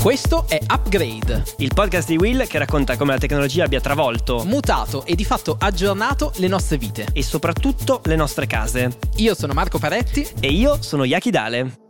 Questo è Upgrade, Il podcast di Will che racconta come la tecnologia abbia travolto mutato e di fatto aggiornato le nostre vite. e soprattutto le nostre case. Io sono Marco Paretti E io sono Yaki Dale.